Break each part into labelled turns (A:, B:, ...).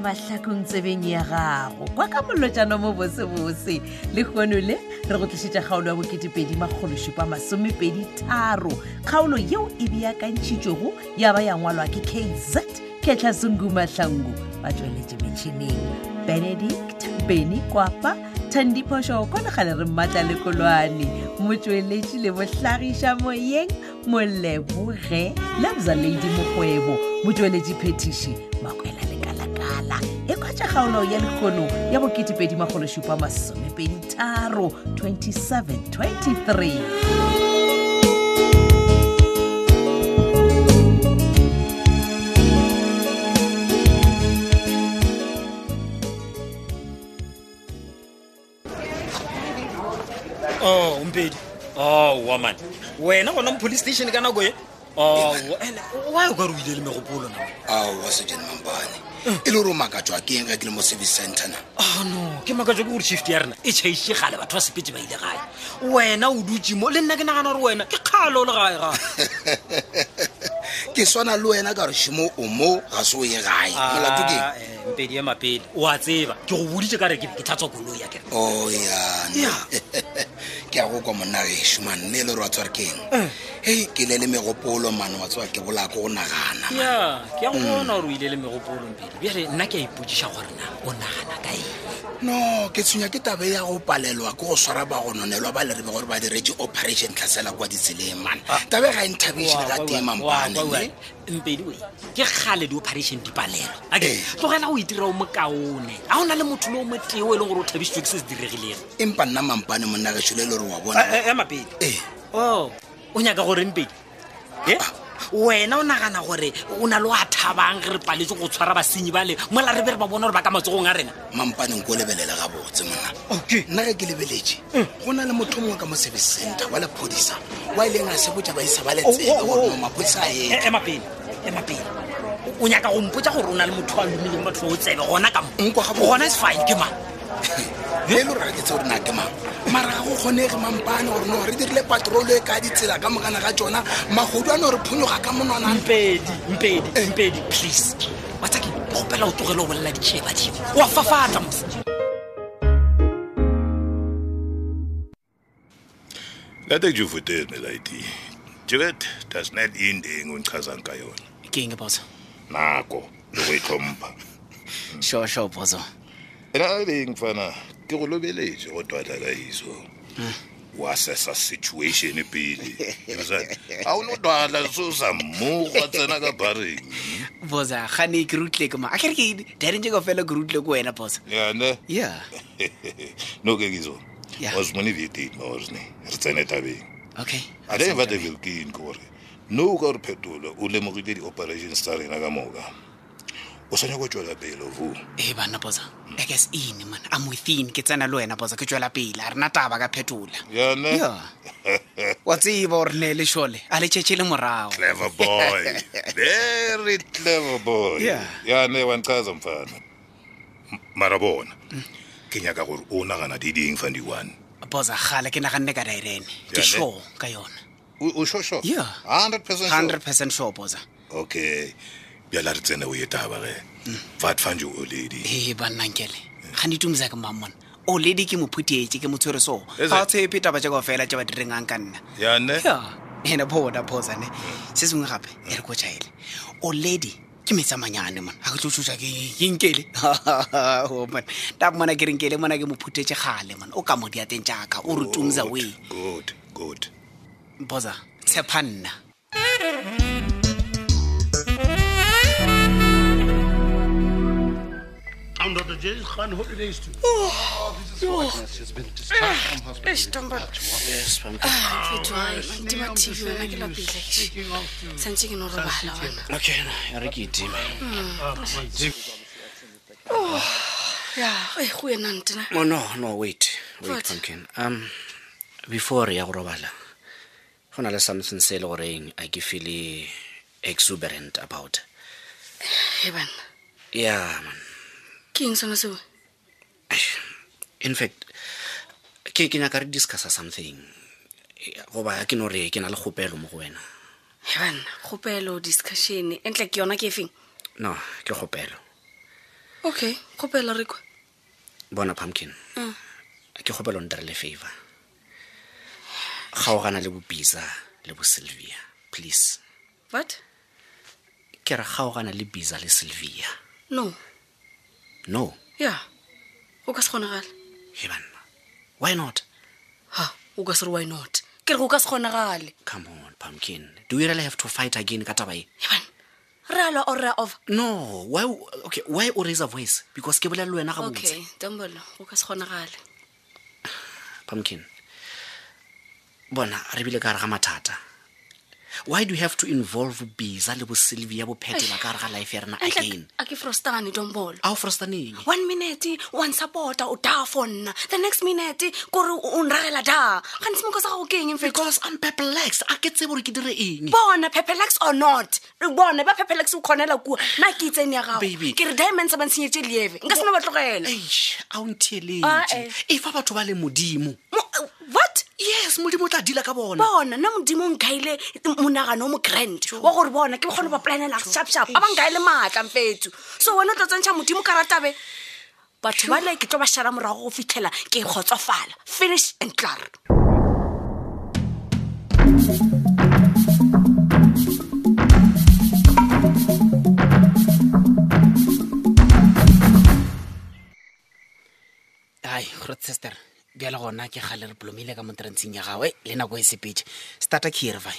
A: mahlakong tsebeng ya gago kwa ka mollotjana mo bosebose le kgono le re go tlišitša kgaolo ya boketepedi makgolosupa masomepedi tharo kgaolo yeo e beakantšhitšwego ya ba ya ngwalwa ke kz ketlha sungu mahlangu ba tsweletše metšhineng benedict beny kwapa thandiphošoko le gale re mmatla le kolwane motsweletši le bohlagiša moyeng moleboge labza ladi mokgwebo motsweletši phetiši makwela lekalakala e kwa tša kgaolo ya lekgono ya bo2edi magolosupa masomepedi tharo 27 23
B: oh ompedi aowa mane wena gona mo police station ka nako e aowa ande wa o ka re o ile le megopolo na
C: aowa sejane mampane
B: Eh.
C: e le gore o makatswa ke eng ka kele mo service center na
B: ano Oh, ke makatso ke gore shift ya rena e chaise gale batho ba sepetse ba ile gae wena o dutse mo le nna ke nagana gore wena ke kgalo le gae gae
C: ke swana le wena ka gore šimo o mo ga se o ye gae
B: Ah.
C: molato keng
B: eh, mpedi ya mapele o a tseba ke go boditse ka re ke be ke tlhatswa koloi ya kere
C: o yana
B: Ya.
C: ke a go kwa monna gešo man mme e le gore wa tswa re
B: Eh.
C: keng hei ke le le megopolo mane wa tswa ke bola ko go nagana
B: ya ke ya go bona gore o ile le megopolo mpedi bjale nna ke a ipotsiša gore na o nagana ka eng
C: no ke tshwenya ke tabe ya go palelwa ke go swara bagononelwa ba lerebe gore ba diretse operation tlhasela kwa ditseleng mana
B: Ah.
C: tabe ga e nthabešene ka teng mampane mme
B: mpedi oe ke gale di-operation dipalelo ake
C: Ee.
B: tlogela o itira o mokaone ga o na le motho le o moteo e leng gore o thabisitswe ke se se diregileng
C: empa nna mampane monna gešo le le gore wa
B: Eh,
C: bona
B: emapedi
C: ee
B: o o nyaka gore mpedi e wena o nagana gore o na le o a thabang ge re paletse go tshwara basenyi bale mola re be re ba bona gore ba ka matsogong a rena
C: mampaneng ko lebelela gabotse monna
B: okay
C: nna ge ke lebeletse
B: Mm.
C: go na le motho mongwe ka mo service center wa lephodisa wa e leng a sebotsa baisa ba letsebe
B: Oh, oh, oh.
C: gore maphodisa a eng
B: emapedi emapedi o nyaka go mpotsa gore o na le motho a lomileng batho ba o tsebe gona ka mo
C: Nkwa gabotse.
B: gona sefine ke mang
C: e le gore ga ke tse gore na ke mang mara ga go kgonege mampane gore no re dirile patrolo e ka ditsela ka mokana ga tsona magodu a no re phonyoga ka mononane
B: mpedi mpedi mpedi please watsake gopela o tlogele o bolela ditšheba dimo oa fafatsa mose
D: Lade nje uvutene lady. Juliet does not end engichaza ngayona.
E: keng boso
D: Nako lokuyihlompa.
E: sure sure boso
D: Ena ngifana ke go lobeletse go twatla ka iso. Wasesa situation e ipili. Yozani. Awunodwala susa mugwa tsena ka barring.
E: bosa gane ke rutlile ke ma a kere ke dadi nje ka fela ke rutlile ko wena bosa
D: Yana
E: yeah
D: Eh, noke ngizo.
E: Yeah.
D: Wasmuni vithi mawzni. Ritsene tabi.
E: okay
D: Ade va de vilkin gore. No ka re phetola o lemogile di operation star ena ka moka. O sanya go tswela pele vu.
E: e banna bosa i guess ene man i'm within ke tsena le wena bosa ke tswela pele a rena taba ka phetola
D: Yana.
E: yeah wa tseba gore ne le shole a le tšhetše le morago
D: clever boy very clever boy
E: Yeah.
D: yane wanchaza mfana M- mara bona ke nyaka gore o nagana di ding fa di one
E: bosa gale ke naganne ka direne ke
D: Yane.
E: sure ka yona
D: O- o sure sure
E: Yeah.
D: 100% sure
E: 100 percent sure bosa
D: okay bjala re tsene o ye taba ge
E: Mm.
D: vat fanje o lady
E: ee bannankele ga ne tumisa ke mammona oledi ke mophutheetse ke motshwere soo
D: Is
E: ga o
D: it?
E: tshepe taba tse kao fela tse ba direngang ka nna
D: yane
E: Ya, ene bona phosane se sengwe gape e re ko chaele oledi ke metsa manyane mona ga ke tlo tshosa ke nkele Oh, man tap mona ke renkele mona ke mophuthetse gale mona o ka mo diateng jaaka o re tumisa
D: Good,
E: we
D: good good
E: bosa tshepa nna
F: I'm Dr. James Khan. Hope today's too.
G: mfethu hayi mantima tv wena ke lapile santse ke norobala wena
E: okay re ke itima
G: ya e go wena ntena
E: oh, no no wait
G: What?
E: wait pumpkin um before re ya go robala go na le something se e le goreng a ke feele exuberant about
G: e banna
E: yeah man
G: ke eng sona seo
E: in fact ke ke nyaka re discussa something Eh, goba ke no re ke na le kgopelo mo go wena
G: e banna kgopelo discussion entle ke yona ke efeng
E: no ke kgopelo
G: okay kgopela re kwa
B: bona pumpkin ke kgopela o ntirele favor kgaogana le bobisa le bo sylvia please
G: what
B: ke re kgaogana le bisa le sylvia
G: no
B: no
G: ya go ka se kgonagale
B: he banna why not
G: ha o ka se re why not ke re go ka se kgonagale
B: come on pumpkin do we really have to fight again ka taba e
G: eban re alwa or re a over
B: no why okay why o raise a voice because ke bolele le wena ga
G: okay tambolo go ka se kgonagale
B: pumpkin bona re bile ka gare ga mathata why do you have to involve bisa le bo sylvia bophete ba ka gare ga life ya rena again
G: a ke frostane tombolo
B: ao frostaneng
G: one minute wa nsupporta o daa for nna the next minute kore o nragela daa gantse moko sa gago ke eng mfeto
B: because i'm perplexed a ke tsebo gore ke dire eng
G: bona pepelex or not Re bona ba pepelex o kgonela kua nna ke itseng ya gago
B: Baby.
G: ke re diamond sa ba ntshenyetse leeve nka sena ba tlogela
B: Eish, a o
G: Ah,
B: ntheeletse
G: eh.
B: e fa batho ba le modimo
G: Mo- eh, what
B: yes modimo o tla dila ka bona
G: bona nna modimo nkaile monagano o mo grand wa gore bona ke kgone go ba planela shapshap a ba nkaele maatla mfetso so wena o tla tsantšha modimo ka ratabe batho bale ke tlo ba šala morago go fitlhela ke kgotsofala finish and clar
E: ai rotsester bjale gona ke kgale re polomile ka mo trantsing ya gagwe le nako e sepetse starta kierify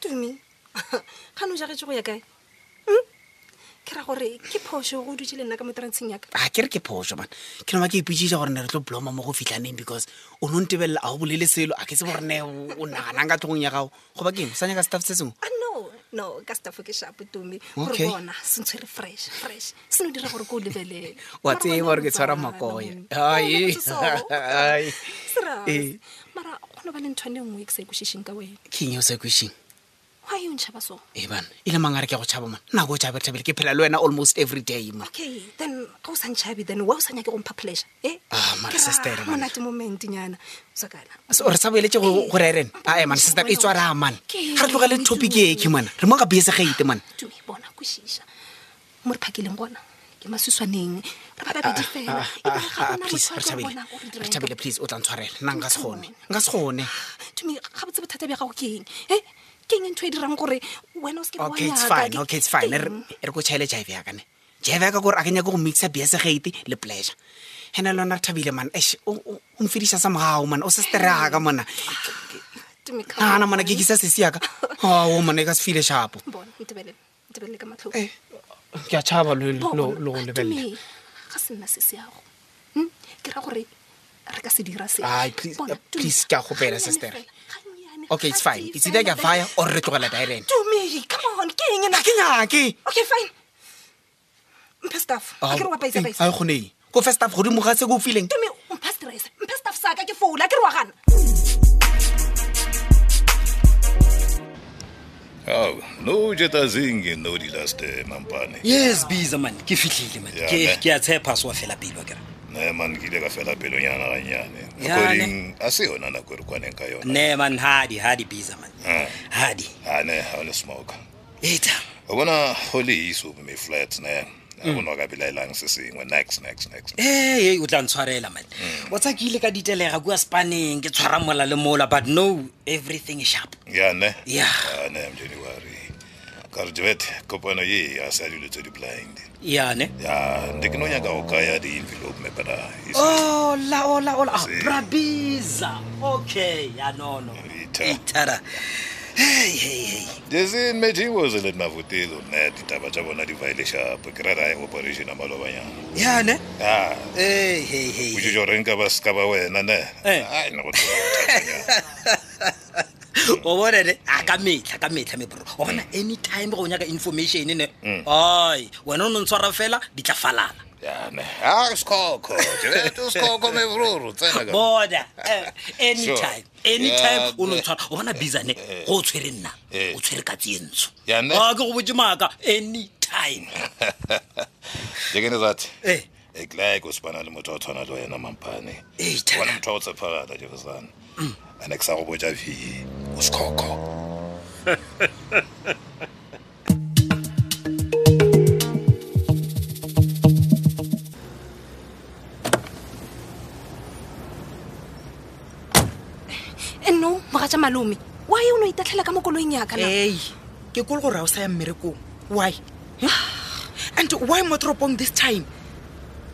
H: tumi ga no jagetse go ya kae Hm? ke ra gore ke phoso go dutse le nna ka motrantsheng yaka
E: a Ah, ke re ke phoso man ke noma ke ipotsiša gore ne re tlo bloma mo go fitlhaneng because o ne o ntebelela a go bolele selo a ke se gorene o naganang ka tlhogong ya gago goba ke eng sa nyaka staff se sengwe
H: Ah, no no ka staffo ke shapo tumi
E: Okay.
H: gore bona se ntshwere fresh fresh se no dira gore ke o lebelele
E: wa
H: Mara
E: tseba
H: wena
E: gore ke
H: o
E: tshwara
H: tsana,
E: makoya
H: man.
E: Ai,
H: Wena o so-
E: ai.
H: Serious.
E: Eh.
H: mara go no ba le nthwane nngwe e ke sa ikwešišeng ka wena
E: ke eng eo sa kwešeng
H: why o ntšhaba so
E: e bana e le mangare ke a go tšhaba man nako o tšhabe re tšhabele ke phela le wena almost every day man
H: okay then ga o sa ntšhabe then wa o sa nyake go mpha pleasure e
E: Ah, mara sister, man.
H: monate momentenyana sakana
E: So, re sa boeletse go go rerena ae man sister e tswara man
H: Ke-
E: ga re tlogele topic e eke mana re mo ka bese gaite man
H: tumi bona kwešiša mo re phakileng gona ke maswiswaneng re ba
E: Ah,
H: babedi fela Ebile ga gona motho a tlo bonang gore dira eng ka-
E: rethabile please o tla ntshwarela nna nka se gone nka se gone
H: tumi ga botse bothata bja gago ke eng e ke eng e ntho e dirang gore wena o se ke be wa
E: okay it's
H: nyaka?
E: fine
H: Ke-
E: okay it's fine
H: ke
E: re
H: eng?
E: re ko tšhaele jive yakane jive yaka kore a ke nyake go mixa bese gaite le pleasure hena le yona re thabile man ash o mfediša sa mogao man o sesteraka mona
H: Tumi, come
E: nagana
H: on.
E: mona ke kisa sese yaka ao mona e ka se file shapo
H: bona ntebelele ntebelele ka matlho
E: Eh, ke a tšhaba le
H: Bona,
E: go lebelela
H: Tumi, ga se nna se se yago Hm? ke ra gore re ka se dira se
E: Ai, please,
H: Bona,
E: eh,
H: Tumi,
E: please, ke a kgopela,
H: gannyane
E: sister.
H: fela, gannyane,
E: okay it's
H: ga
E: fine
H: tee
E: it's either ke a
H: fela,
E: fire
H: then-
E: or re tlogela direna
H: tumi come on ke eng
E: nna
H: ena
E: ke nyake
H: okay fine mphe staff a ke re wa paisa paisa
E: a kgonee ko first up godimo ga se ko o fileng
H: tumi mpha stress mphe staff saka ke foula a ke re wa gana
D: aw no jetazingi no di last eh, mampane
B: yes bisa man ke fitlhile man
D: Yeah,
B: Ke-
D: man.
B: ke a tshepa sewa fela pelo kere
D: ne man ke ile ka fela pelonyana ganyane
B: Ya,
D: according a se yona nako e re kwaneng ka yona
B: ne man hadi hadi bisa man
D: Ah.
B: hadi
D: ane ga o le smoke
B: eta
D: o bona go le iso mme flat ne
B: Hmm.
D: a bonwa ka belaelang se sengwe next next next
B: ee o tla ntshwarela man o tsa ke ile ka ditelega kua spaneng ke tshwara mola le mola but no everything is sharp
D: ya ne
B: Ya.
D: ane mjeni ware karjvet kopano ye ya sa dilo tse di blind
B: yane
D: ya ndi ke no nyaka go kaya di-envelope mme bana
B: Oh. ola ola ola
D: Sí.
B: brabiza okay ya nono
D: Ita.
B: itara Hey, hey, hey.
D: jese metiwose le mavutelo ne ditaba tša bona di vaile shapo ke rera ya operation a malobanyana
B: yane
D: a
B: Hey, hey, hey, hey.
D: botsiso reng ka ba seka ba wena ne
B: Eh.
D: Ai, nna go tloga bothatanyana.
B: o bonene a ka metlha ka metlha mebro o bona anytime go nyaka information ne ai wena o ne ntshwara fela di tla falala
D: Ya, ne. Ah, usikhokho Jebet, usikhokho mevruru tsena ka
B: bona eh, anytime
D: Sure.
B: anytime
D: Yeah,
B: o ne
D: eh,
B: ntshwara o bona busane go o tshwere nna
D: Eh.
B: o tshwere ka tsentsho
D: Ya, ne.
B: a ke go botse maaka anytime
D: jekene zathi
B: Eh.
D: ekulike usibana le motho o tshwana le wena mampane
B: Ei, Thaba.
D: bona motho wa o tshepagala jefesane ane ke sa go botja v usikhokho
H: no moga tja malome wa e o no itatlhela ka mo koloing yaka na
B: ei ke kole gore ga o sa ya mmerekong why Hm? and why mo toropong this time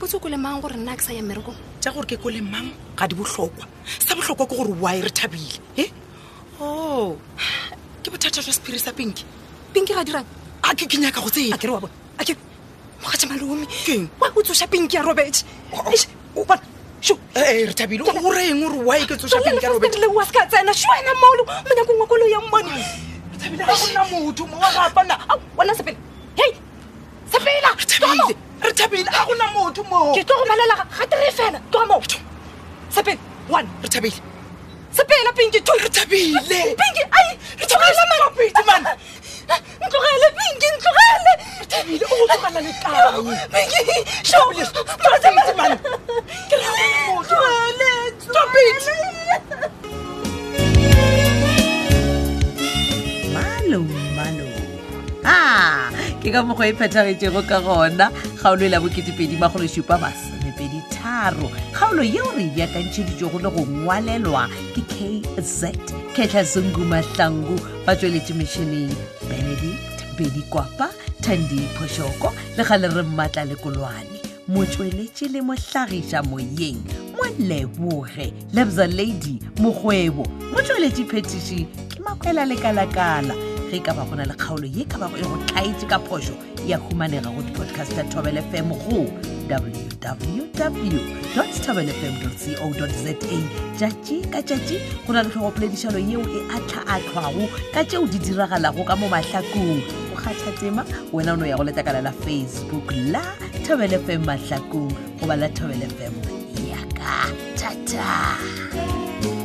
H: botse ko le mang gore nna a ke sa ya mmereko
B: tja gore ke kole mang ga di botlhokwa sa botlhokwa ke gore why re thabile e o ke bothata jwa sephiri sa pinki
H: pinki Oh. ga dirang
B: a ke ke nyaka go tsena
H: akere wa bone akere moga tja malome
B: Keng?
H: wa o tsoša pinki ya robete
B: ee Eh, re thabile O- o reng ore why ke tsosa pinki ya robete
H: wa se ka tsena sho wena maolo monyakong wa kolo ya mmone
B: thabile ga gonna motho mo wa rapana
H: Au, wena sepele hei sepela
B: re thabile re thabile ga gona motho mo
H: ke tlo go balela ga tere fela tloga moo sepele one
B: re thabile
H: sepela pinki two
B: re thabile
H: pinki ai ntlogele
B: Sepedi, man.
H: ntlogele pinki ntlogele
B: thabile o go tlogana le kae
H: pinki
B: Sepedi, man. Ke re ga gona motho. Stop it.
A: malo malo a ke ka mokgwa e phethagetšego ka gona kgaolo e la bo2edimagolosupa masomepedi tharo kgaolo yeo re beakantšheditšego le go ngwalelwa ke kz ketlha sengu mahlangu ba tsweletše metšhineng benedict bedikwapa thandi phošoko le gale re mmatla le kolwane motsweletše le mohlagiša moyeng moleboge lebza lady mokgwebo motsweletše phetiši ke makwela lekalakala ge ka ba go na le kgaolo ye ka bago e go tlaetše ka phošo ya humanega go di-podcast ya tobel fm go www tobel fm co za tšatši ka tšatši go na le tlhogopoledišano yeo e atlha-atlhwago ka tšeo di diragalago ka mo mahlakong o kgatha tema wena o no ya go letakala la facebook la thobele fm mahlakong goba la thobele fm yaka thata